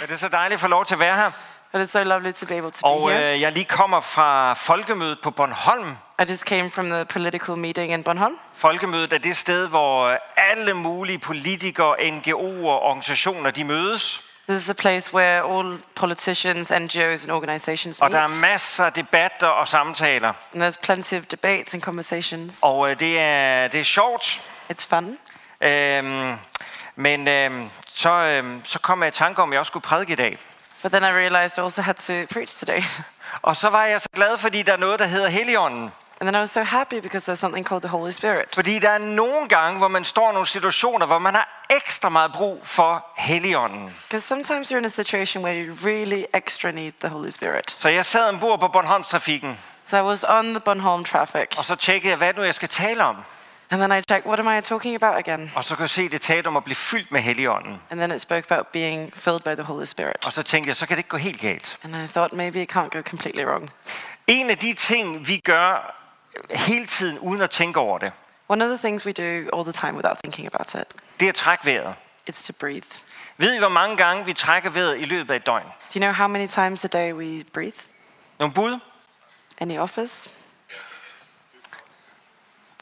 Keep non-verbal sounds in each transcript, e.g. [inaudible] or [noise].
Ja, det er så dejligt at få lov til at være her. But it's so lovely to be able to Og be here. øh, jeg lige kommer fra folkemødet på Bornholm. I just came from the political meeting in Bornholm. Folkemødet er det sted, hvor øh, alle mulige politikere, NGO'er og organisationer de mødes. This is a place where all politicians, NGOs, and organizations Og meet. der er masser af debatter og samtaler. and there's plenty of debates and conversations. Og øh, det, er, det er sjovt. It's fun. Øhm, men øhm, så, øhm, så kom jeg i tanke om, at jeg også skulle prædike i dag. But then I realized I also had to preach today. [laughs] Og så var jeg så glad, fordi der er noget, der hedder Helligånden. And then I was so happy because there's something called the Holy Spirit. Fordi der er nogle gange, hvor man står i nogle situationer, hvor man har ekstra meget brug for Helligånden. Because sometimes you're in a situation where you really extra need the Holy Spirit. Så jeg sad ombord på Bornholmstrafikken, So I was on the Bornholm traffic. og så tjekkede jeg, hvad er det nu jeg skal tale om. And then I checked, what am I talking about again? Og så kunne jeg se, det talte om at blive fyldt med Helligånden. And then it spoke about being filled by the Holy Spirit. Og så tænkte jeg, så kan det ikke gå helt galt. And I thought maybe it can't go completely wrong. En af de ting, vi gør hele tiden uden at tænke over det, One of the things we do all the time without thinking about it det er at trække vejret. is to breathe. Ved I, hvor mange gange vi trækker vejret i løbet af et døgn? Do you know how many times a day we breathe Nogle bud? in the office?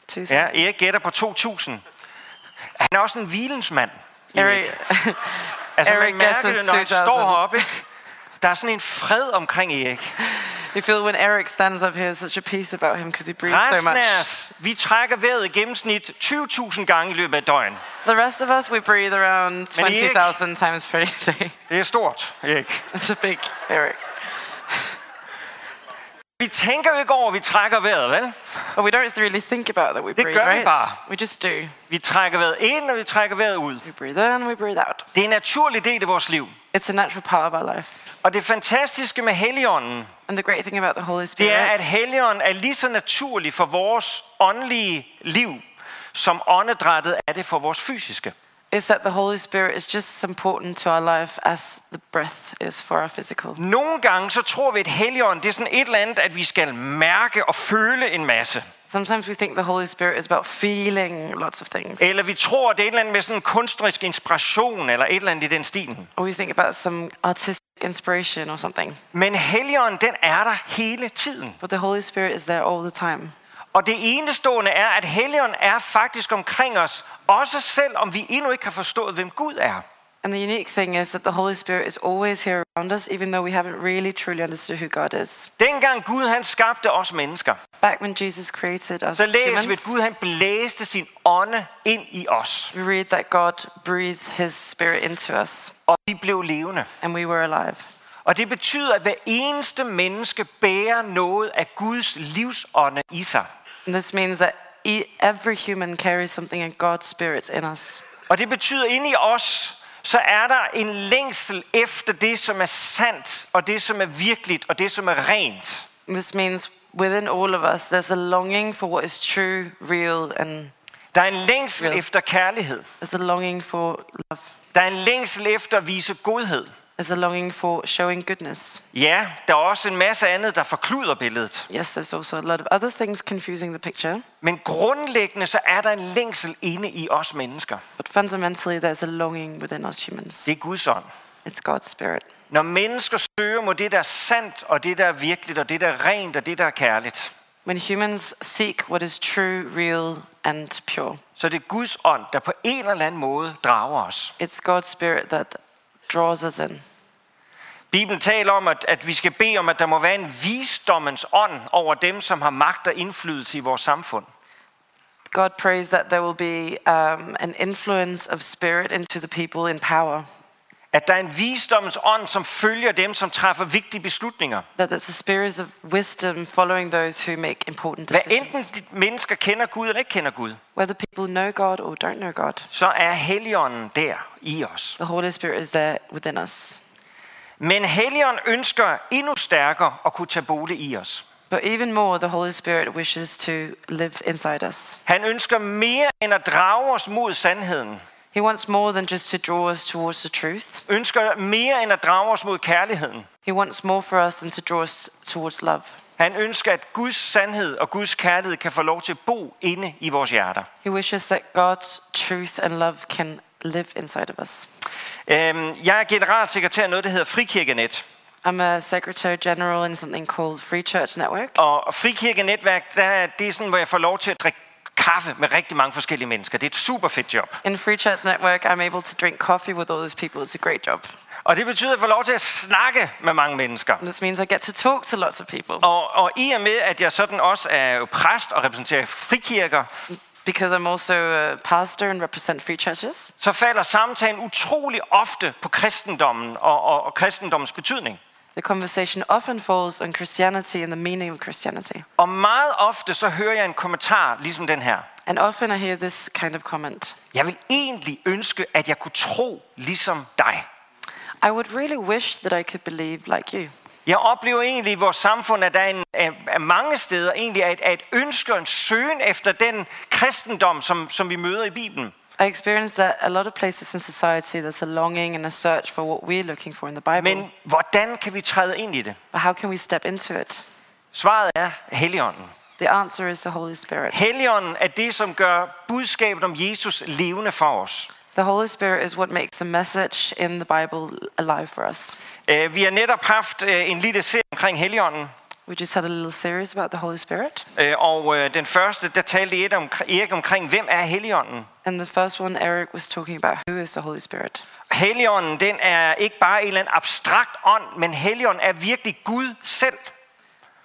Two. Ja, Erik gætter på 2.000. Han er også en hvilens mand. Erik. Eric, [laughs] Altså, man Erik mærker guesses det, når han 2000. står heroppe. ikke? Der er sådan en fred omkring Erik. you feel when Eric stands up here, such a peace about him because he breathes so Resten much. af os, vi trækker vejret i gennemsnit 20.000 gange i løbet af et døgn. The rest of us, we breathe around Men Erik- 20,000 times per day. [laughs] Det er stort, Erik. That's a big Eric. Vi tænker jo ikke over, at vi trækker vejret, vel? But we don't really think about that we Det breathe, gør vi right? bare. We just do. Vi trækker vejret ind, og vi trækker vejret ud. We breathe in, we breathe out. Det er en naturlig del af vores liv. It's a natural part of our life. Og det fantastiske med Helligånden, And the great thing about the Holy det Spirit er, at Helligånden er lige så naturlig for vores åndelige liv, som åndedrættet er det for vores fysiske. is that the Holy Spirit is just as important to our life as the breath is for our physical. Nogle gange så tror vi, at Helligånden det er sådan et eller andet, at vi skal mærke og føle en masse. Sometimes we think the Holy Spirit is about feeling lots of things, Eller vi tror, at det er et eller andet med sådan en kunstnerisk inspiration, eller et eller andet i den stil. or we think about some artistic inspiration or something. Men Helligånden, den er der hele tiden. But the Holy Spirit is there all the time. Og det enestående er, at Helligånden er faktisk omkring os, også selv om vi endnu ikke har forstået, hvem Gud er. And the unique thing is that the Holy Spirit is always here around us, even though we haven't really truly understood who God is. Dengang Gud han skabte os mennesker, Back when Jesus created us så læser vi, at humans, Gud han blæste sin ånde ind i os, we read that God breathed his spirit into us og vi blev levende. and we were alive. Og det betyder, at hver eneste menneske bærer noget af Guds livsånde i sig. And this means that e- every human carries something in God's spirit in us. Og det betyder, at inde i os, så er der en længsel efter det, som er sandt, og det, som er virkeligt, og det, som er rent. This means within all of us, there's a longing for what is true, real, and Der er en længsel Ja. efter kærlighed. there's a longing for love. Der er en længsel efter at vise godhed. There's a longing for showing goodness. Ja, der er også en masse andet, der forkluder billedet. Yes, there's also a lot of other things confusing the picture, Men grundlæggende så er der en længsel inde i os mennesker. but fundamentally, there's a longing within us humans. Det er Guds ånd. It's God's spirit. Når mennesker søger mod det, der er sandt, og det, der er virkeligt, og det, der er rent, og det, der er kærligt, When humans seek what is true, real, and pure, så er det Guds ånd, der på en eller anden måde drager os. it's God's spirit that draws us in. Bibelen taler om, at, at vi skal bede om, at der må være en visdommens ånd over dem, som har magt og indflydelse i vores samfund. God prays that there will be um, an influence of spirit into the people in power. At der er en visdommens ånd, som følger dem, som træffer vigtige beslutninger. That there's a spirit of wisdom following those who make important Hvad enten decisions. de mennesker kender Gud eller ikke kender Gud, Whether people know God or don't know God, så er Helligånden der i os. the Holy Spirit is there within us. Men Helligånden ønsker endnu stærkere at kunne tage bolig i os. But even more, the Holy Spirit wishes to live inside us. Han ønsker mere end at drage os mod sandheden. He wants more than just to draw us towards the truth. Ønsker mere end at drage os mod kærligheden. He wants more for us than to draw us towards love. Han ønsker, at Guds sandhed og Guds kærlighed kan få lov til at bo inde i vores hjerter. He wishes that God's truth and love can live inside of us. Øhm, Jeg er generalsekretær i noget, der hedder Frikirkenet. I'm a secretary general in something called Free Church Network. Og Frikirkenetværk, der er det er sådan, hvor jeg får lov til at drikke kaffe med rigtig mange forskellige mennesker. Det er et super fedt job. In Free Church Network, I'm able to drink coffee with all these people. It's a great job. Og det betyder, at jeg får lov til at snakke med mange mennesker. This means I get to talk to lots of people. Og, og i og med, at jeg sådan også er præst og repræsenterer frikirker, Because I'm also a pastor and represent free churches, så falder samtalen utrolig ofte på kristendommen og, og, og kristendommens betydning. the conversation often falls on Christianity and the meaning of Christianity. Og meget ofte så hører jeg en kommentar ligesom den her. And often I hear this kind of comment Jeg vil egentlig ønske, at jeg kunne tro ligesom dig. I would really wish that I could believe like you. Jeg oplever egentlig i vores samfund, at der er, en, er, er mange steder egentlig er et, er et ønske og en søgen efter den kristendom, som, som vi møder i Bibelen. I experience that a lot of places in society there's a longing and a search for what we're looking for in the Bible. Men hvordan kan vi træde ind i det? but how can we step into it? Svaret er Helligånden. The answer is the Holy Spirit. Helligånden er det, som gør budskabet om Jesus levende for os. The Holy Spirit is what makes the message in the Bible alive for us. Øh, Vi har netop haft øh, en lille serie omkring Helligånden, We just had a little series about the Holy Spirit. øh, og øh, den første, der talte Erik om, Erik omkring, hvem er Helligånden? And the first one, Eric was talking about who is the Holy Spirit. Helligånden, den er ikke bare en eller anden abstrakt ånd, men Helligånden er virkelig Gud selv.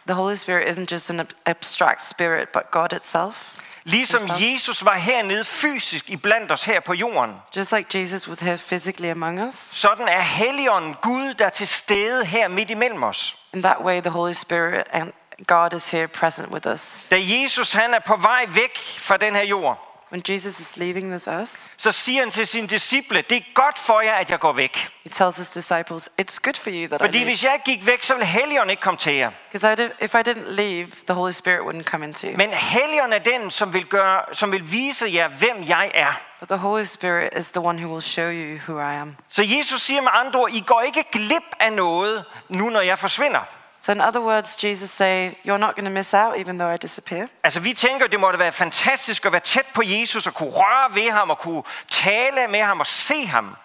The Holy Spirit isn't just an ab- abstract spirit, but God itself. Ligesom Interessant. Jesus var hernede fysisk i blandt os her på jorden, Just like Jesus was here physically among us, sådan er Helligånden Gud, der er til stede her midt imellem os. in that way, the Holy Spirit and God is here present with us. Da Jesus han er på vej væk fra den her jord, When Jesus is leaving this earth, så siger han til sine disciple, det er godt for jer, at jeg går væk. he tells his disciples, It's good for you that Fordi I leave. hvis jeg ikke gik væk, så ville Helligånden ikke komme til jer. Because I did, if I didn't leave, the Holy Spirit wouldn't come into you. Men Helligånden er den, som vil, gøre, som vil vise jer, hvem jeg er. But the Holy Spirit is the one who will show you who I am. Så Jesus siger med andre ord, I går ikke glip af noget, nu når jeg forsvinder. So, in other words, Jesus say, "You're not going to miss out, even though I disappear." Altså vi tænker, det måtte være fantastisk at være tæt på Jesus og kunne røre ved ham og kunne tale med ham og se ham.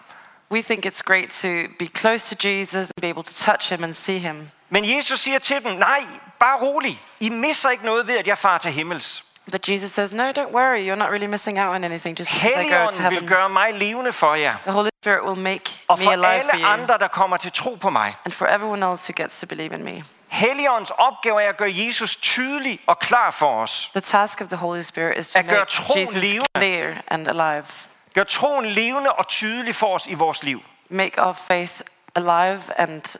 We think it's great to be close to Jesus and be able to touch him and see him. Men Jesus siger til dem, nej, bare rolig. I misser ikke noget ved, at jeg far til himmels. But Jesus says, "No, don't worry. You're not really missing out on anything just because I go to Helligånden heaven. vil gøre mig levende for jer. The Holy Spirit will make Og me for alive for alle you, andre, der kommer til tro på mig. and for everyone else who gets to believe in me." Helligåndens opgave er at gøre Jesus tydelig og klar for os. The task of the Holy Spirit is to At gøre make troen Jesus levende. clear and alive, Gør troen levende og tydelig for os i vores liv. make our faith alive and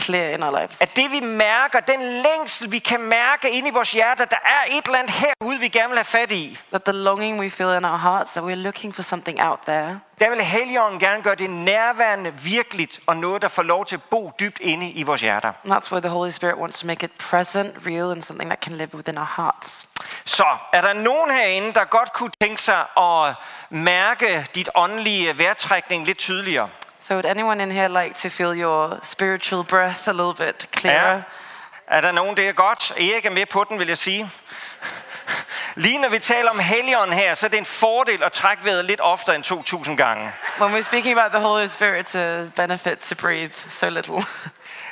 clear in our lives. At det vi mærker, den længsel vi kan mærke inde i vores hjerte, der er et eller andet herude, vi gerne vil have fat i. That the longing we feel in our hearts, that we're looking for something out there, Der vil Helligånden gerne gøre det nærværende, virkeligt og noget, der får lov til at bo dybt inde i vores hjerter. And That's where the Holy Spirit wants to make it present, real, and something that can live within our hearts. Så er der nogen herinde, der godt kunne tænke sig at mærke dit åndelige vejrtrækning lidt tydeligere? So, would anyone in here like to feel your spiritual breath a little bit Ja. clearer? Er der nogen, det er godt? Erik er med på den, vil jeg sige. Lige når vi taler om Helligånden her, så er det en fordel at trække vejret lidt oftere end 2.000 gange. When we're speaking about the Holy Spirit, it's a benefit to breathe so little.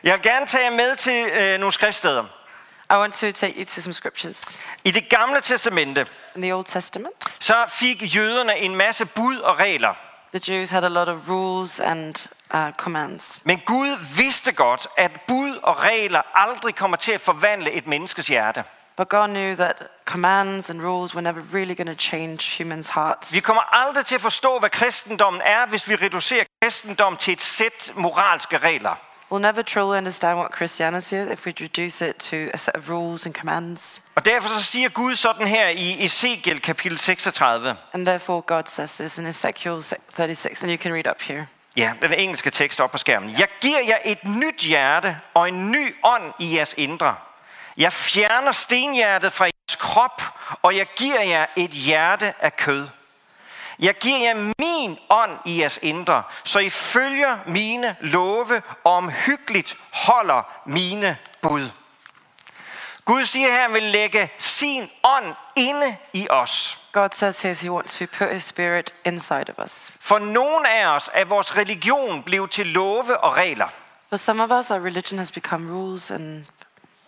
Jeg vil gerne tage jer med til øh, nogle skriftsteder. [laughs] I want to take you to some scriptures. I det gamle testamente, In the Old Testament, så fik jøderne en masse bud og regler. the Jews had a lot of rules and uh, commands. Men Gud vidste godt, at bud og regler aldrig kommer til at forvandle et menneskes hjerte. But God knew that commands and rules were never really going to change humans' hearts. Vi kommer aldrig til at forstå, hvad kristendommen er, hvis vi reducerer kristendom til et sæt moralske regler. We'll never truly understand what Christianity is if we reduce it to a set of rules and commands. Og derfor så siger Gud sådan her i Ezekiel kapitel 36. And therefore God says this in Ezekiel 36, and you can read up here. Ja, den engelske tekst op på skærmen. Jeg giver jer et nyt hjerte og en ny ånd i jeres indre. Jeg fjerner stenhjertet fra jeres krop, og jeg giver jer et hjerte af kød. Jeg giver jer min ånd i jeres indre, så I følger mine love og omhyggeligt holder mine bud. Gud siger her, at han vil lægge sin ånd inde i os. God says here he wants to put his spirit inside of us. For nogen af os er vores religion blevet til love og regler. For some of us, our religion has become rules and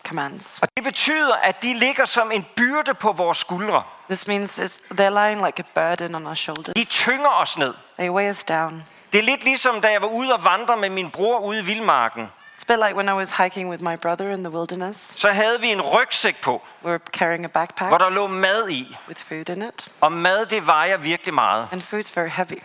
commands. Og det betyder, at de ligger som en byrde på vores skuldre. This means it's, they're lying like a burden on our shoulders. De tynger os ned. They weigh us down. Det er lidt ligesom, da jeg var ude og vandre med min bror ude i Vildmarken. It's a bit like when I was hiking with my brother in the wilderness. Så havde vi en rygsæk på, We were carrying a hvor backpack der lå mad i. with food in it, Og mad, det vejer virkelig meget. and food's very heavy.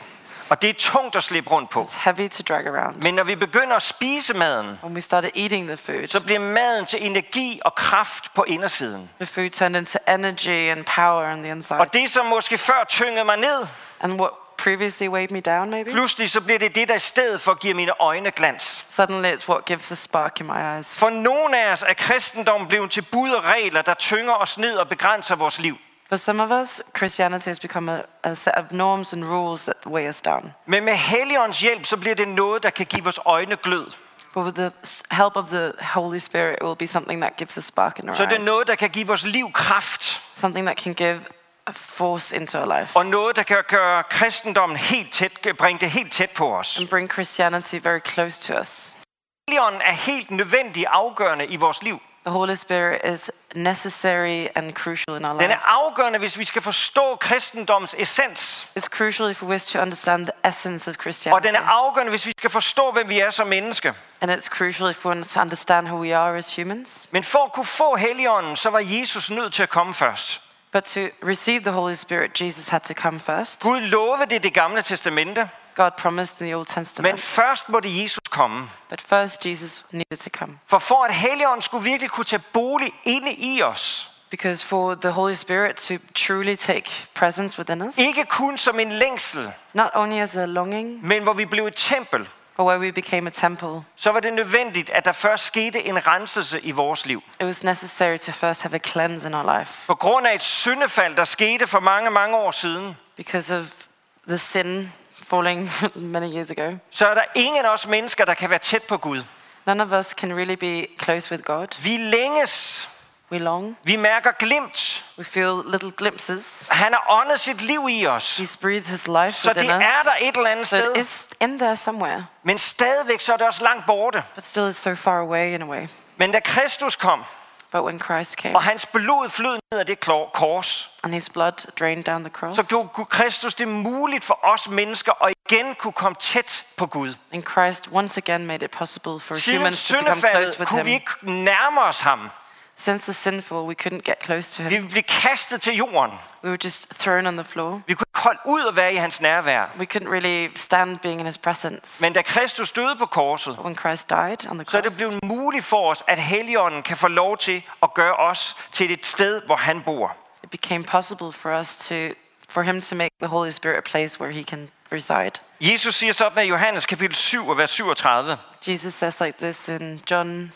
Og det er tungt at slippe rundt på. It's heavy to drag around. Men når vi begynder at spise maden, When we started eating the food, så bliver maden til energi og kraft på indersiden. the food turned into energy and power on the inside. Og det, som måske før tyngede mig ned, And what previously weighed me down, maybe, pludselig så bliver det det, der i stedet for giver mine øjne glans. suddenly it's what gives a spark in my eyes. For nogle af os er kristendommen blevet til bud og regler, der tynger os ned og begrænser vores liv. For some of us, Christianity has become a, a set of norms and rules that weigh us down. Men med Helligåndens hjælp, så bliver det noget, der kan give vores øjne glød. But with the s- help of the Holy Spirit, it will be something that gives a spark in our Så det er eyes. noget, der kan give vores liv kraft. Something that can give a force into our life Og noget, der kan gøre kristendommen helt tæt, bringe det helt tæt på os. and bring Christianity very close to us. Helligånden er helt nødvendig afgørende i vores liv. The Holy Spirit is necessary and crucial in our Den lives. er afgørende, hvis vi skal forstå kristendommens essens. It's crucial if we wish to understand the essence of Og Christianity. den er afgørende, hvis vi skal forstå, hvem vi er som menneske. And it's crucial if we want to understand who we are as humans. Men for at kunne få Helligånden, så var Jesus nødt til at komme først. But to receive the Holy Spirit, Jesus had to come first. Gud lovede det i det gamle testamente, God promised in the Old men Testament. først måtte Jesus komme. But first, Jesus needed to come. For for at Helligånden skulle virkelig kunne tage bolig inde i os, Because for the Holy Spirit to truly take presence within us, ikke kun som en længsel, not only as a longing, men hvor vi blev et tempel, but where we became a temple, så var det nødvendigt, at der først skete en renselse i vores liv. it was necessary to first have a cleanse in our life. På grund af et syndefald, der skete for mange, mange år siden, Because of the sin falling [laughs] many years ago, så er der ingen af os mennesker, der kan være tæt på Gud. none of us can really be close with God. Vi længes, We long, vi mærker glimt. we feel little glimpses. Han har åndet sit liv i os. He's breathed his life Så det within er der us. et eller andet So it sted. is in there somewhere, Men stadigvæk så er det også langt borte. but still is so far away in a way. Men da Kristus kom, But when Christ came og hans blod flød ned af det klor- kors, and his blood drained down the så cross, gjorde Gud- Kristus det muligt for os mennesker at igen kunne komme tæt på Gud. And Christ once again made it possible for Siden humans to become close syndefaldet with kunne vi him. ikke nærme os ham. Since the sinful, we couldn't get close to him. Vi blev kastet til jorden. We were just thrown on the floor. Vi kunne ikke holde ud at være i hans nærvær. We couldn't really stand being in his presence. Men da Kristus døde på korset, When Christ died on the så er det cross, blevet muligt for os, at Helligånden kan få lov til at gøre os til et sted, hvor han bor. it became possible for us to, for him to make the Holy Spirit a place where he can reside. Jesus siger sådan i Johannes kapitel 7 og vers 37. Jesus says like this in John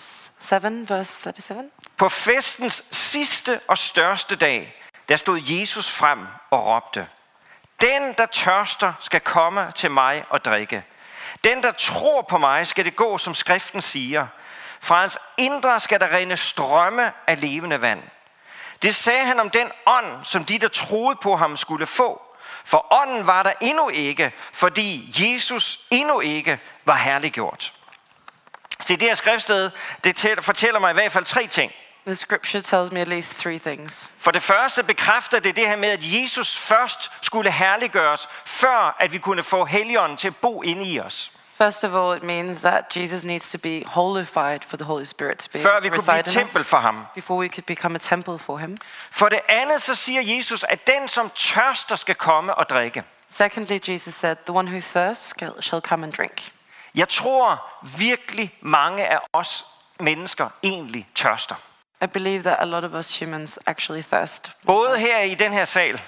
37, verse 37. På festens sidste og største dag, der stod Jesus frem og råbte, Den, der tørster, skal komme til mig og drikke. Den, der tror på mig, skal det gå, som skriften siger. Fra hans indre skal der rinde strømme af levende vand. Det sagde han om den ånd, som de, der troede på ham, skulle få. For ånden var der endnu ikke, fordi Jesus endnu ikke var herliggjort. Se, det her skriftsted, det tæl- fortæller mig i hvert fald tre ting. The scripture tells me at least three things. For det første bekræfter det det her med, at Jesus først skulle herliggøres, før at vi kunne få Helligånden til at bo inde i os. First of all, it means that Jesus needs to be holified for the Holy Spirit to be able Før vi to kunne blive reside et in us. tempel for ham. before we could become a temple for him. For det andet så siger Jesus, at den som tørster skal komme og drikke. Secondly, Jesus said, The one who thirsts shall- shall come and drink. Jeg tror virkelig mange af os mennesker egentlig tørster. I believe that a lot of us humans actually thirst, Både her i den her sal,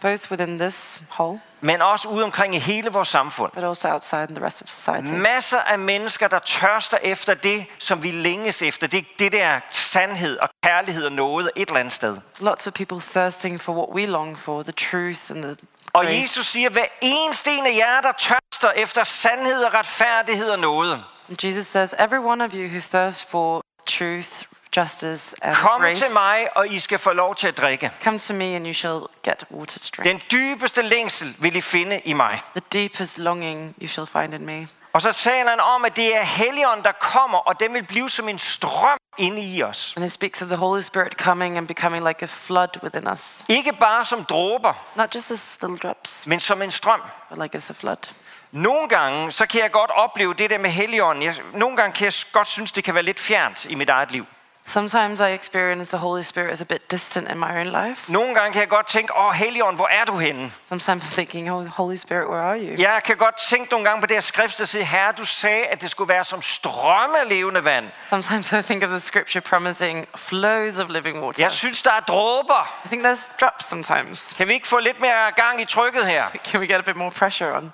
both within this hall, men også ude omkring i hele vores samfund. but also outside in the rest of society. Masser af mennesker, der tørster efter det, som vi længes efter. Det, det der sandhed og kærlighed og noget et eller andet sted. Lots of people thirsting for what we long for, the truth and the Og grace. Oh, Jesus siger, hver eneste en af jer, der tørster efter sandhed og retfærdighed og noget, And Jesus says, Every one of you who thirsts for truth, justice, and Kom grace. til mig, og I skal få lov til at drikke. Come to me, and you shall get water to drink. Den dybeste længsel vil I finde i mig. the deepest longing you shall find in me. Og så taler han om, at det er Helligånden, der kommer, og den vil blive som en strøm inde i os. And it speaks of the Holy Spirit coming and becoming like a flood within us, Ikke bare som dråber, not just as little drops, men som en strøm. but like as a flood. Nogle gange, så kan jeg godt opleve det der med Helligånden. Jeg, nogle gange kan jeg godt synes, det kan være lidt fjernt i mit eget liv. Sometimes I experience the Holy Spirit as a bit distant in my own life. Nogle gange kan jeg godt tænke, åh Helligånd, hvor er du henne? Sometimes I'm thinking, oh, Holy Spirit, where are you? Jeg kan godt tænke nogle gange på det her skrift, der siger, Herre, du sagde, at det skulle være som strømme af levende vand. Sometimes I think of the scripture promising flows of living water. Jeg synes, der er dråber. I think there's drops sometimes. [laughs] Kan vi ikke få lidt mere gang i trykket her? Can we get a bit more pressure on?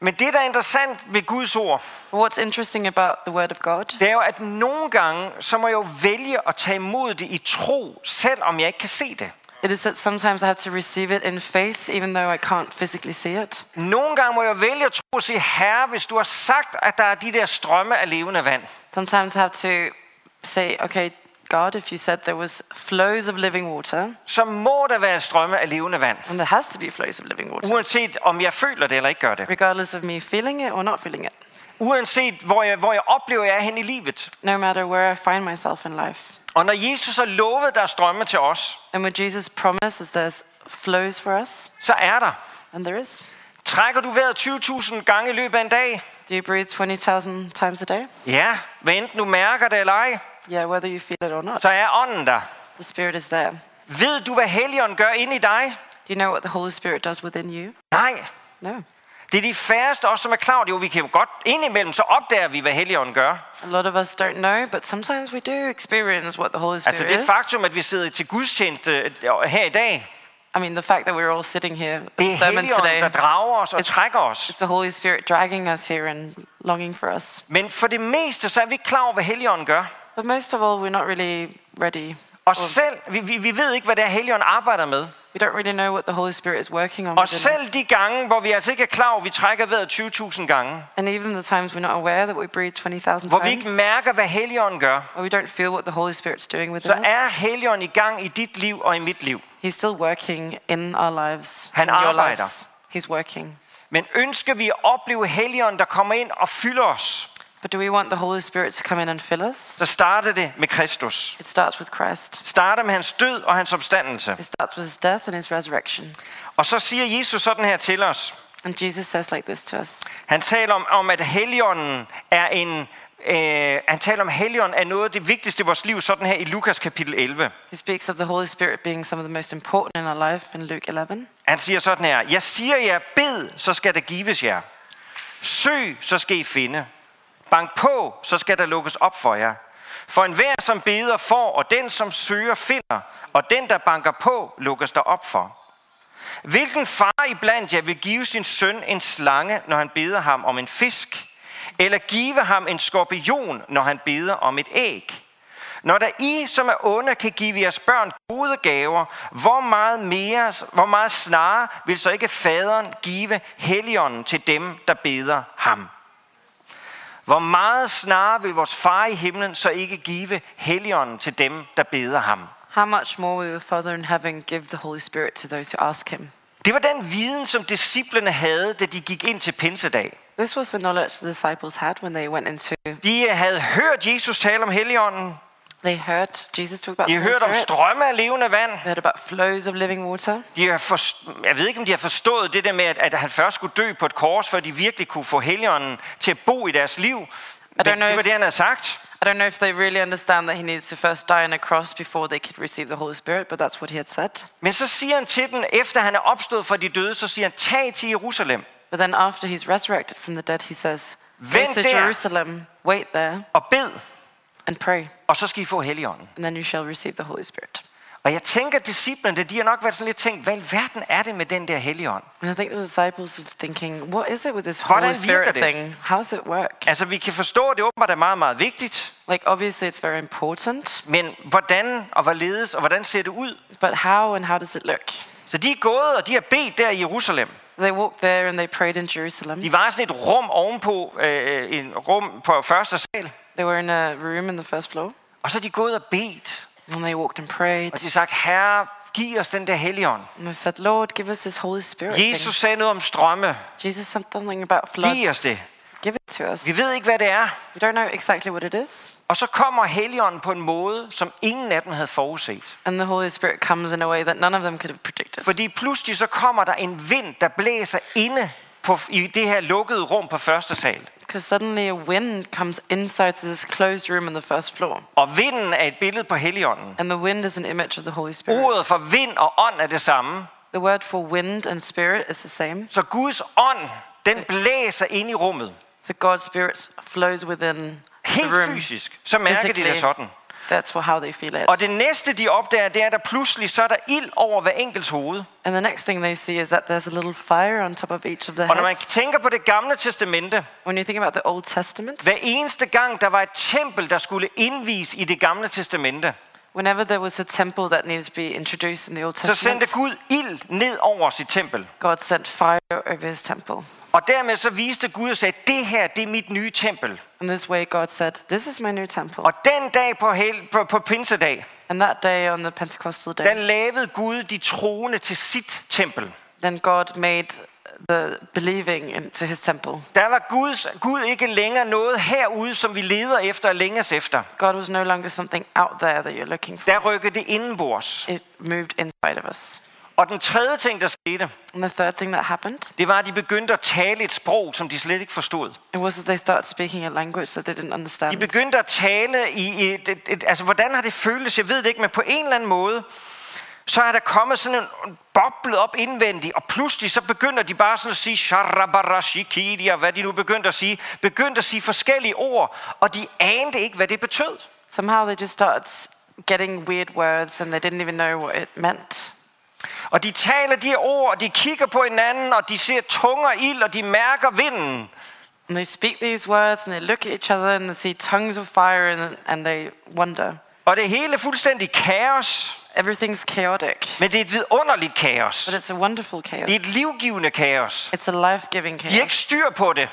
Men det, der er interessant ved Guds ord, But what's interesting about the Word of God det er jo, at nogle gange, så må jeg jo vælge at tage imod det i tro, selvom jeg ikke kan se det. It is that sometimes I have to receive it in faith, even though I can't physically see it. Nogle gange må jeg vælge at tro og sige, Herre, hvis du har sagt, at der er de der strømme af levende vand, Sometimes I have to say, okay, God, if you said there was flows of living water, så må der være strømme af levende vand. and there has to be flows of living water, Uanset om jeg føler det eller ikke gør det. regardless of me feeling it or not feeling it, Uanset hvor jeg, hvor jeg oplever, at jeg er hen i livet. no matter where I find myself in life. Og når Jesus har lovet, at der er strømme til os, And when Jesus promises there's flows for us, så er der. and there is. Trækker du vejret 20.000 gange i løbet af en dag? Do you breathe 20,000 times a day? Ja, hvad enten du mærker det eller ej, Yeah, whether you feel it or not, så er ånden der. the Spirit is there. Do Ved du, hvad Helligånden gør inde i dig? you know what the Holy Spirit does within you? Nej. No. Det er de færreste også, som er klar. over Det jo, vi kan jo godt indimellem, så opdager vi, hvad Helligånden gør. A lot of us don't know, but sometimes we do experience what the Holy Spirit Altså det is. faktum, at vi sidder til gudstjeneste øh, her i dag, I mean, the fact that we're all sitting here at det the er sermon Helligånden, der today, drager os og trækker os. it's the Holy Spirit dragging us here and longing for us. Men for det meste, så er vi ikke klar over, hvad Helligånden gør. But most of all, we're not really ready. Og selv, vi, vi, vi ved ikke, hvad det er, Helligånden arbejder med. We don't really know what the Holy Spirit is working on. Og within us. selv de gange, hvor vi altså ikke er klar over, at vi trækker vejret 20.000 gange, And even the times we're not aware that we breathe 20,000 hvor vi ikke times, mærker, hvad Helligånden gør, or we don't feel what the Holy Spirit's doing så within us, er Helligånden i gang i dit liv og i mit liv. He's still working in our lives, Han in your arbejder. lives. He's working. Men ønsker vi at opleve Helligånden, der kommer ind og fylder os, But do we want the Holy Spirit to come in and fill us? så starter det med Kristus. It starts with Christ. Starter med hans død og hans opstandelse. It starts with his death and his resurrection. Og så siger Jesus sådan her til os. And Jesus says like this to us. Han taler om, om at Helligånden er en... Øh, han taler om, at Helligånden er noget af det vigtigste i vores liv, sådan her i Lukas kapitel 11. He speaks of the Holy Spirit being some of the most important in our life in Luke 11. Han siger sådan her, jeg siger jer, bed, så skal der gives jer. Søg, så skal I finde. Bank på, så skal der lukkes op for jer. For enhver, som beder, får, og den, som søger, finder, og den, der banker på, lukkes der op for. Hvilken far iblandt jer vil give sin søn en slange, når han beder ham om en fisk? Eller give ham en skorpion, når han beder om et æg? Når der I, som er onde, kan give jeres børn gode gaver, hvor meget, mere, hvor meget snarere vil så ikke faderen give helligånden til dem, der beder ham? Hvor meget snarere vil vores far i himlen så ikke give helligånden til dem, der beder ham? How much more will your Father in heaven give the Holy Spirit to those who ask him? Det var den viden, som disciplene havde, da de gik ind til pinsedag. This was the knowledge the disciples had when they went into. De havde hørt Jesus tale om helligånden. They heard Jesus talk about De the har hørt om Holy Spirit. strømme af levende vand. They heard about flows of living water. De har forst- jeg ved ikke, om de har forstået det der med, at, at han først skulle dø på et kors, for de virkelig kunne få helligånden til at bo i deres liv. Men know det var if- det, han havde sagt. I don't know if they really understand that he needs to first die on a cross before they could receive the Holy Spirit, but that's what he had said. Men så siger han til dem, efter han er opstået fra de døde, så siger han, tag til Jerusalem But then after he's resurrected from the dead, he says, Go Vent to der. Jerusalem, wait there, og bed, and pray, og så skal I få helligånden. and then you shall receive the Holy Spirit. Og jeg tænker, at disciplerne, de har nok været sådan lidt tænkt, hvad i verden er det med den der helligånd? And I think the disciples are thinking, what is it with this Hvordan Holy virker Spirit det? thing? How does it work? Altså, vi kan forstå, at det åbenbart er meget, meget vigtigt, Like, obviously, it's very important, men hvordan og hvorledes, og hvordan ser det ud? but how and how does it look? Så de er gået, og de har bedt der i Jerusalem. They walked there and they prayed in Jerusalem. De var i sådan et rum ovenpå, øh, en rum på første sal, They were in a room in the first floor, Og så er de gået og bedt, And they walked and prayed. og de har sagt, Herre, giv os den der helligånd. And they said, Lord, give us this Holy Spirit. thing." Jesus sagde noget om strømme. Jesus said something about floods. Giv os det. Give it to us. Vi ved ikke, hvad det er. We don't know exactly what it is. Og så kommer helligånden på en måde, som ingen af dem havde forudset. And the Holy Spirit comes in a way that none of them could have predicted. Fordi pludselig så kommer der en vind, der blæser inde på, i det her lukkede rum på første sal. Because suddenly a wind comes inside this closed room on the first floor. Og vinden er et billede på helligånden. And the wind is an image of the Holy Spirit. Ordet for vind og ånd er det samme. The word for wind and spirit is the same. Så Guds ånd, den blæser ind i rummet. So God's spirit flows within the Helt room. fysisk. Så mærker de det Physically. sådan. That's for how they feel it. Og det næste, de opdager, det er, at der pludselig så er der ild over hver enkelt hoved. And the next thing they see is that there's a little fire on top of each of the Og når man heads. tænker på det gamle testamente, When you think about the Old Testament, hver eneste gang, der var et tempel, der skulle indvies i det gamle testamente, whenever there was a temple that needed to be introduced in the Old så sendte Testament, Gud ild ned over sit tempel. God sent fire over his temple. Og dermed så viste Gud og sagde, det her, det er mit nye tempel. In this way, God said, This is my new temple. Og den dag på, hel, på, på pinsedag, And that day on the Pentecostal der day, lavede Gud de troende til sit tempel. then God made the believing into his temple. Der var Guds, Gud ikke længere noget herude, som vi leder efter og længes efter. God was no longer something out there that you're looking for. Der rykkede det indenbords. It moved inside of us. Og den tredje ting, der skete, And the third thing that happened, det var, at de begyndte at tale et sprog, som de slet ikke forstod. it was that they started speaking a language that they didn't De understand. begyndte at tale i et, et, et, altså hvordan har det føltes, jeg ved det ikke, men på en eller anden måde, så er der kommet sådan en boble op indvendigt, og pludselig så begynder de bare sådan at sige, sharabarashikidi, og hvad de nu begyndte at sige, begyndte at sige forskellige ord, og de anede ikke, hvad det betød. Somehow they just started s- getting weird words and they didn't even know what it meant. Og de taler de her ord, og de kigger på hinanden, og de ser tunger og ild, og de mærker vinden. And they speak these words and they look at each other and they see tongues of fire and, and they wonder. Og det hele er fuldstændig kaos, Everything's chaotic, men det er et vidunderligt kaos. but it's a wonderful chaos. Det er et livgivende kaos. It's a life giving De har chaos. ikke styr på det.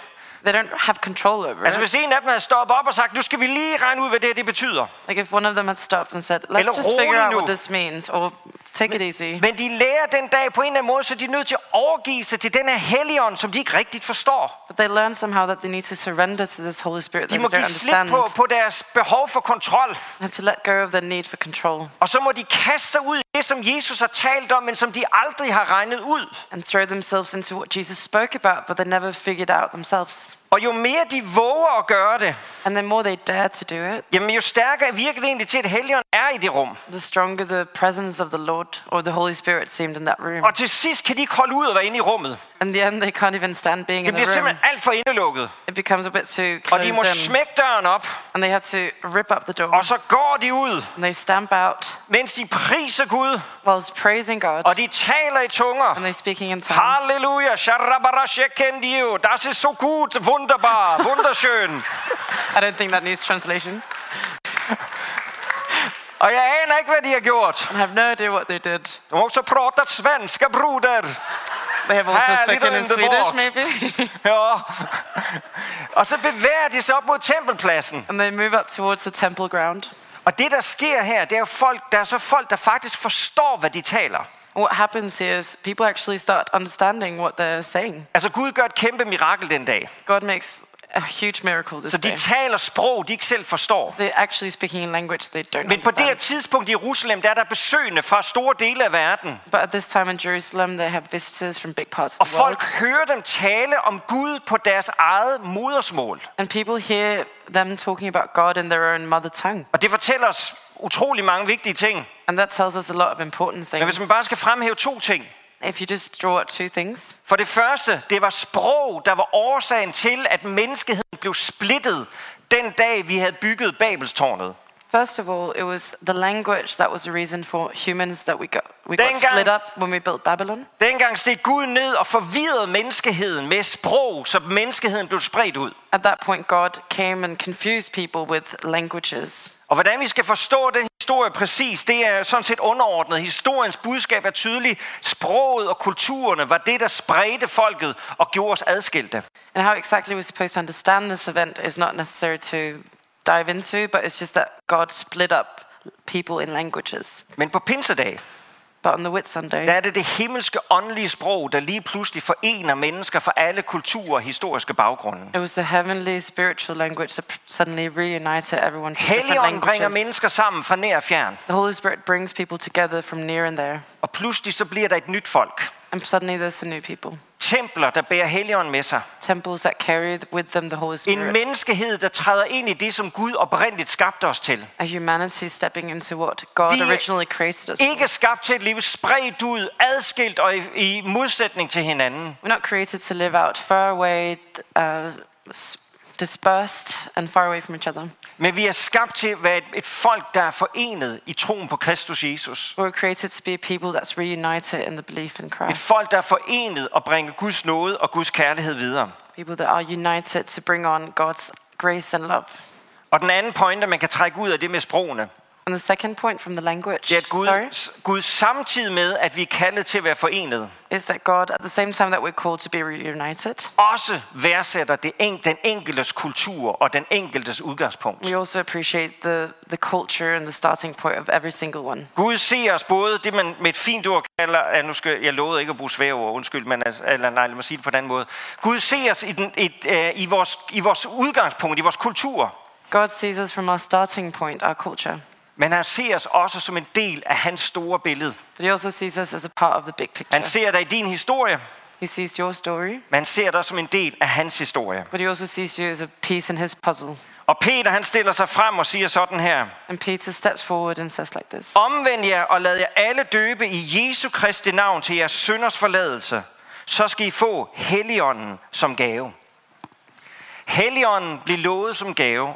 They don't have control over Altså it. hvis en af dem havde stoppet op og sagt, nu skal vi lige regne ud, hvad det her det betyder. Like if one of them had stopped and said, let's Eller just figure out rolig nu." what this means or take it easy. Men de lærer den dag på en eller anden måde, så de er nødt til at overgive sig til den her helligånd, som de ikke rigtigt forstår. But they learn somehow that they need to surrender to this Holy Spirit that De they må don't give slip understand. på, på deres behov for kontrol. And to let go of their need for control Og så må de kaste sig ud i det, som Jesus har talt om, men som de aldrig har regnet ud. and throw themselves into what Jesus spoke about, but they never figured out themselves. Og jo mere de våger at gøre det, And the more they dare to do it, jamen jo stærkere virker det egentlig til, at helligånden er i det rum. the stronger the presence of the Lord or the Holy Spirit seemed in that room. Og til sidst kan de ikke holde ud og være inde i rummet. In the end, they can't even stand being Det in the bliver room. simpelthen alt for indelukket. It becomes a bit too Og de må closed in. smække døren op, And they have to rip up the door. og så går de ud, And they stamp out mens de priser Gud, whilst praising God. og de taler i tunger. And they're speaking in tongues. Halleluja, Sharabarashekendio, das ist so gut, [laughs] wunderbar, wunderschön. I don't think that needs translation. Og jeg aner ikke, hvad de har gjort. I have no idea what they did. De har også pratet svenska, bruder. They have also Ah, spoken little in in the Swedish, box. maybe. [laughs] Ja. Og så bevæger de sig op mod tempelpladsen. and they move up towards the temple ground. Og det, der sker her, det er jo folk, der er så folk, der faktisk forstår, hvad de taler. And what happens here is people actually start understanding what they're saying. Altså, Gud gør et kæmpe mirakel den dag. God makes a huge miracle this Så de day. taler sprog, de ikke selv forstår. They're actually speaking in language they don't Men på det her understand. tidspunkt i Jerusalem, der er der besøgende fra store dele af verden. But at this time in Jerusalem, they have visitors from big parts Og of the world. folk hører dem tale om Gud på deres eget modersmål. And people hear them talking about God in their own mother tongue. Og det fortæller os utrolig mange vigtige ting. And that tells us a lot of important Men hvis things. man bare skal fremhæve to ting. If you just draw out two things. For det første, det var sprog, der var årsagen til, at menneskeheden blev splittet den dag, vi havde bygget Babelstårnet. First of all, it was the language that was the reason for humans that we got, we got Dengang- split up when we built Babylon. Dengang steg Gud ned og forvirrede menneskeheden med sprog, så menneskeheden blev spredt ud. At that point, God came and confused people with languages. Og hvordan vi skal forstå den historie præcis, det er sådan set underordnet. Historiens budskab er tydeligt. Sproget og kulturerne var det, der spredte folket og gjorde os adskilte. And how exactly we're supposed to understand this event is not necessary to dive into, but it's just that God split up people in languages. Men på pinsedag, But on the Whitsunday, der er det det himmelske åndelige sprog, der lige pludselig forener mennesker fra alle kulturer og historiske baggrunde. it was the heavenly spiritual language that suddenly reunited everyone from different Helligånden bringer languages. mennesker sammen fra nær og fjern, The Holy Spirit brings people together from near and there, og pludselig så bliver der et nyt folk. and suddenly there's a new people. Templer, der bærer Helligånden med sig. Temples that carry with them the Holy En Spirit. menneskehed, der træder ind i det, som Gud oprindeligt skabte os til. A humanity stepping into what God Vi- originally created us. for. Ikke skabt til at leve spredt ud, adskilt og i, i modsætning til hinanden. We're not created to live out far away, uh, s- dispersed, and far away from each other. Men vi er skabt til at være et, et folk, der er forenet i troen på Kristus Jesus. We're created to be a people that's reunited in the belief in Et Christ. folk, der er forenet og bringer Guds nåde og Guds kærlighed videre. People that are united to bring on God's grace and love. Og den anden pointe, man kan trække ud af det med sprogene, And the second point from the language det er, at sorry, Gud, Gud samtidig med, at vi er kaldet til at være forenet, is that God, at the same time that we're called to be reunited, også værdsætter det en, den enkeltes kultur og den enkeltes udgangspunkt. we also appreciate the, the culture and the starting point of every single one. Gud ser os både det, man med et fint ord kalder, ja, nu skal, jeg lovede ikke at bruge svære ord, undskyld, men altså, eller nej, lad mig sige det på den anden måde. Gud ser os i, den, et, øh, i, vores, i vores udgangspunkt, i vores kultur, God sees us from our starting point, our culture, men han ser os også som en del af hans store billede. but He also sees us as a part of the big picture. Han ser dig i din historie, He sees your story, men han ser dig som en del af hans historie. but He also sees you as a piece in His puzzle. Og Peter han stiller sig frem og siger sådan her. And Peter steps forward and says like this. Omvend jer og lad jer alle døbe i Jesu Kristi navn til jeres synders forladelse. Så skal I få Helligånden som gave. Helligånden blev lovet som gave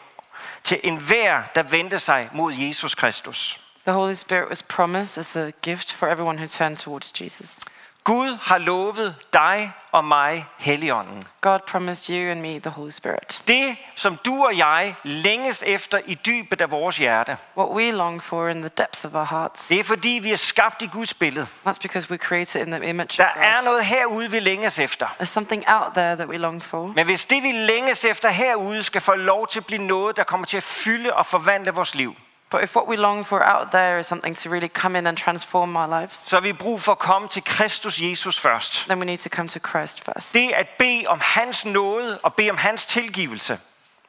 til enhver, der vendte sig mod Jesus Kristus. The Holy Spirit was promised as a gift for everyone who turned towards Jesus. Gud har lovet dig og mig Helligånden. God promised you and me the Holy Spirit. Det, som du og jeg længes efter i dybet af vores hjerte. What we long for in the depths of our hearts, Det er fordi, vi er skabt i Guds billede. that's because we're created in the image Der of er God. noget herude, vi længes efter. There's something out there that we long for. Men hvis det, vi længes efter herude, skal få lov til at blive noget, der kommer til at fylde og forvandle vores liv, But if what we long for out there is something to really come in and transform our lives, så har vi brug for at komme til Kristus Jesus først. then we need to come to Christ first. Det at bede om hans nåde og bede om hans tilgivelse,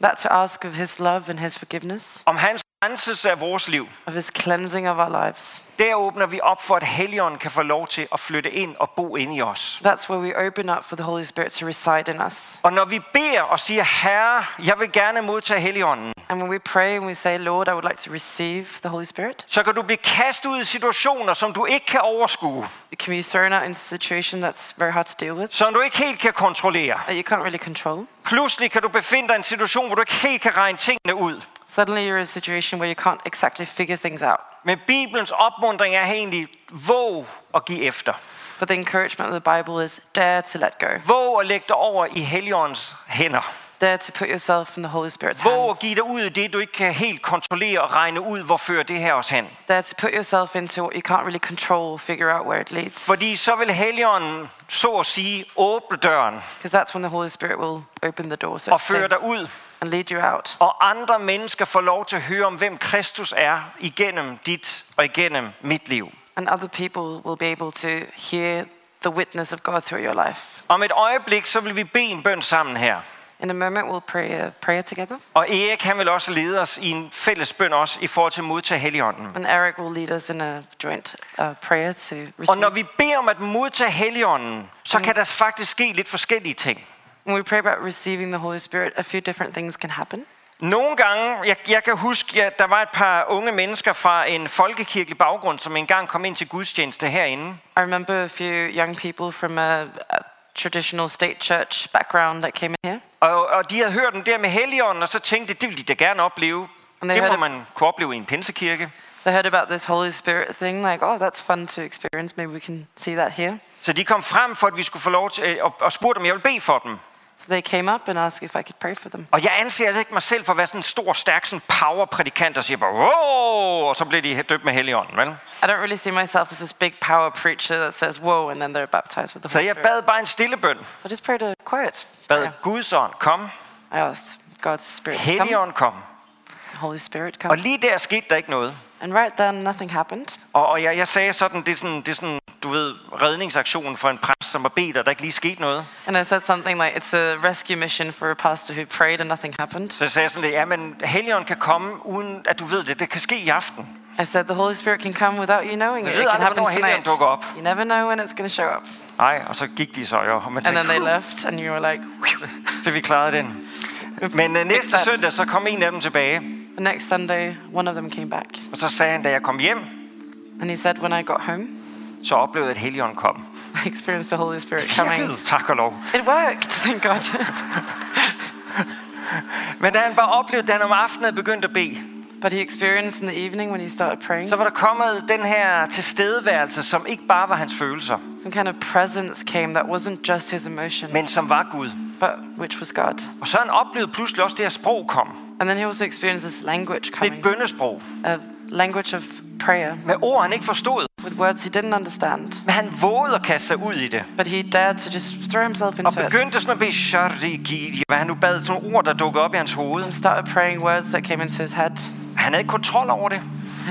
That to ask of His love and His forgiveness, om hans renselse af vores liv, of His cleansing of our lives. der åbner vi op for, at Helligånden kan få lov til at flytte ind og bo inde i os. That's where we open up for the Holy Spirit to reside in us. Og når vi beder og siger, Herre, jeg vil gerne modtage Helligånden, And when we pray and we say, Lord, I would like to receive the Holy Spirit, så kan du blive kastet ud i situationer, som du ikke kan overskue, you can be thrown out into a situation that's very hard to deal with, som du ikke helt kan kontrollere. that you can't really control. Pludselig kan du befinde dig i en situation, hvor du ikke helt kan regne tingene ud. Suddenly you're in a situation where you can't exactly figure things out. Men Bibelens opmundring er egentlig, våg at give efter. But the encouragement of the Bible is dare to let go, Våg at lægge dig over i Helligåndens hænder. dare to put yourself in the Holy Spirit's Våg at hands, give dig ud i det, du ikke kan helt kontrollere og regne ud, hvor fører det her os hen. dare to put yourself into what you can't really control, figure out where it leads. Fordi så vil Helligånden, så at sige, åbne døren Because that's when the Holy Spirit will open the door so og to say, føre dig ud. and lead you out. Og andre mennesker får lov til at høre om, hvem Kristus er igennem dit og igennem mit liv. And other people will be able to hear the witness of God through your life. Om et øjeblik, så vil vi bede en bøn sammen her. In a moment, we'll pray a prayer together. Og Erik, han vil også lede os i en fælles bøn også i forhold til at modtage Helligånden. And Eric will lead us in a joint uh, prayer to receive. Og når vi beder om at modtage Helligånden, så kan der faktisk ske lidt forskellige ting. when we pray about receiving the Holy Spirit, a few different things can happen. Nogle gange, jeg, jeg kan huske, at der var et par unge mennesker fra en folkekirkelig baggrund, som engang kom ind til gudstjeneste herinde. I remember a few young people from a, a traditional state church background that came in here. Og, og de havde hørt den der med Helligånden, og så tænkte de, det ville de da gerne opleve. Men det Det må hørte- man kunne opleve i en pinsekirke. They heard about this Holy Spirit thing, like, oh, that's fun to experience. Maybe we can see that here. Så de kom frem for, at vi skulle få lov til, øh, og, og spurgte, om jeg ville bede for dem. So they came up and asked if I could pray for them. Og jeg anser altså ikke mig selv for at være sådan en stor, stærk sådan power-prædikant, der siger bare, Whoa! og så bliver de døbt med Helligånden. Vel? I don't really see myself as this big power preacher that says, whoa, and then they're baptized with the Så Holy jeg Spirit. bad bare en stille bøn. So I just prayed a quiet Bad prayer. Guds ånd, kom. I asked God's Spirit to come. Helligånd, kom. Holy Spirit Og comes. lige der skete der ikke noget. And right then, nothing happened. Og, og jeg, jeg sagde sådan, det er sådan, det er sådan, du ved, redningsaktionen for en præst, som har bedt, og der ikke lige skete noget. And I said something like, it's a rescue mission for a pastor who prayed and nothing happened. Så jeg sagde sådan lidt, ja, men Helligånden kan komme, uden at du ved det. Det kan ske i aften. I said, the Holy Spirit can come without you knowing it. ved It can aldrig, happen hvornår Helligånden dukker op. tonight. You never know when it's going to show up. Nej, og så gik de så jo, og man And tænkte, then they left, and you were like, så vi klarede den. Men øh, næste Exakt. søndag, så kom en af dem tilbage, the next Sunday, one of them came back. og så sagde han, da jeg kom hjem, And he said, when I got home, [laughs] så oplevede jeg, at Helion kom. I experienced the Holy Spirit coming. Virkelig, tak og lov. It worked, [laughs] thank God. Men da han bare oplevede, at han om aftenen havde begyndt at bede, but he experienced in the evening when he started praying, så var der kommet den her tilstedeværelse, som ikke bare var hans følelser, some kind of presence came that wasn't just his emotion, men som var Gud. but which was God. Og så han oplevede pludselig også det her sprog kom. And then he also experienced this language Et coming, bøndesprog a language of prayer med ord, han ikke forstod. with words he didn't understand. Men han vågede at kaste sig ud i det. But he dared to just throw himself Og into it begyndte sådan at bede, "Sharigiri", hvad han nu bad, sådan nogle ord, der dukkede op i hans hoved. and started praying words that came into his head. Han havde ikke kontrol over det.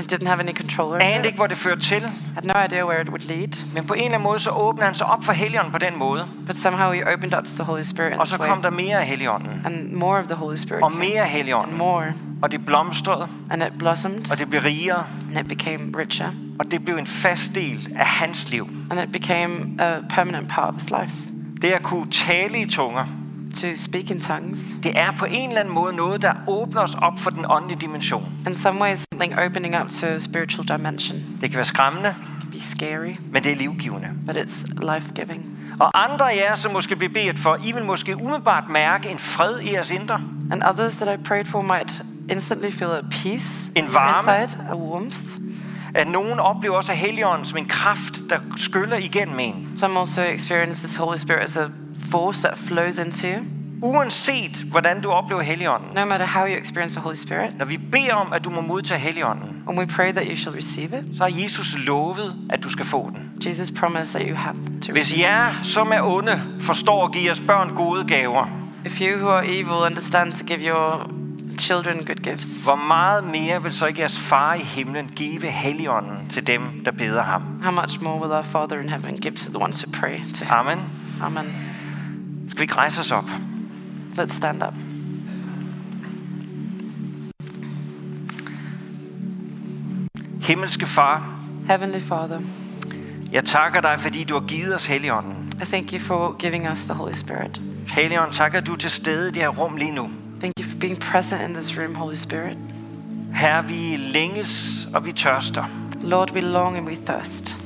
I didn't have any control over Anede it. ikke, hvor det førte til. Had no idea where it would lead. Men på en eller anden måde, så åbnede han sig op for Helligånden på den måde. But somehow he opened up to the Holy Spirit in Og this så way. kom der mere af Helligånden. And more of the Holy Spirit Og came. mere af Helligånden. More. Og det blomstrede, And it blossomed. og det blev rigere. And it became richer. Og det blev en fast del af hans liv. And it became a permanent part of his life. Det at kunne tale i tunger, To speak in tongues. det er på en eller anden måde noget, der åbner os op for den åndelige dimension. In some ways, something opening up to a spiritual dimension. Det kan være skræmmende, It can be scary, men det er livgivende. but it's life giving. Og andre af jer, som måske bliver bedt for, I vil måske umiddelbart mærke en fred i jeres indre. And others that I prayed for might instantly feel at peace En varme. inside, a warmth. At nogen oplever også Helligånden som en kraft, der skyller igennem en. Some also experience this Holy Spirit as a force that flows into you. Uanset hvordan du oplever Helligånden. No matter how you experience the Holy Spirit, Når vi beder om, at du må modtage Helligånden, when we pray that you shall receive it, så har Jesus lovet, at du skal få den. Jesus promised that you have to Hvis receive it. jer, som er onde, forstår at give jeres børn gode gaver, If you who are evil understand to give your children good gifts, hvor meget mere vil så ikke jeres far i himlen give Helligånden til dem, der beder ham? how much more will our Father in heaven give to the ones who pray to him? Amen. Amen. Skal vi ikke rejse os op? Let's stand up. Himmelske far, Heavenly Father, jeg takker dig, fordi du har givet os Helligånden. I thank you for giving us the Holy Spirit. Helligånden, takker du er til stede i det her rum lige nu. Thank you for being present in this room, Holy Spirit. Herre, vi længes og vi tørster. Lord, we long and we thirst.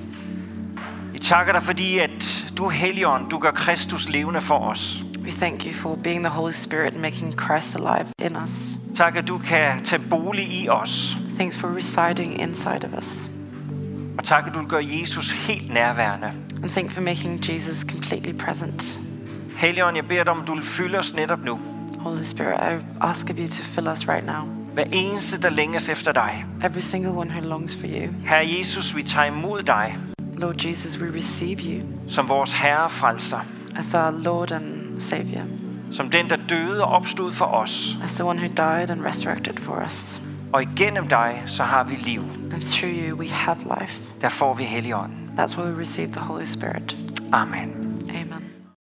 Vi takker dig, fordi at du er Helligånden, du gør Kristus levende for os. We thank you for being the Holy Spirit and making Christ alive in us. Tak, at du kan tage bolig i os. Thanks for residing inside of us. Og tak, at du gør Jesus helt nærværende. And thank for making Jesus completely present. Helligånd, jeg beder dig om, at du vil fylde os netop nu. Holy Spirit, I ask of you to fill us right now. Hver eneste, der længes efter dig. Every single one who longs for you. Herre Jesus, vi tager imod dig Lord Jesus, we receive you som vores herre og frelser. as our Lord and Savior, Som den, der døde og opstod for os. as the one who died and resurrected for us. Og igennem dig, så har vi liv. And through you, we have life. Der får vi Helligånden. That's why we receive the Holy Spirit. Amen. Amen.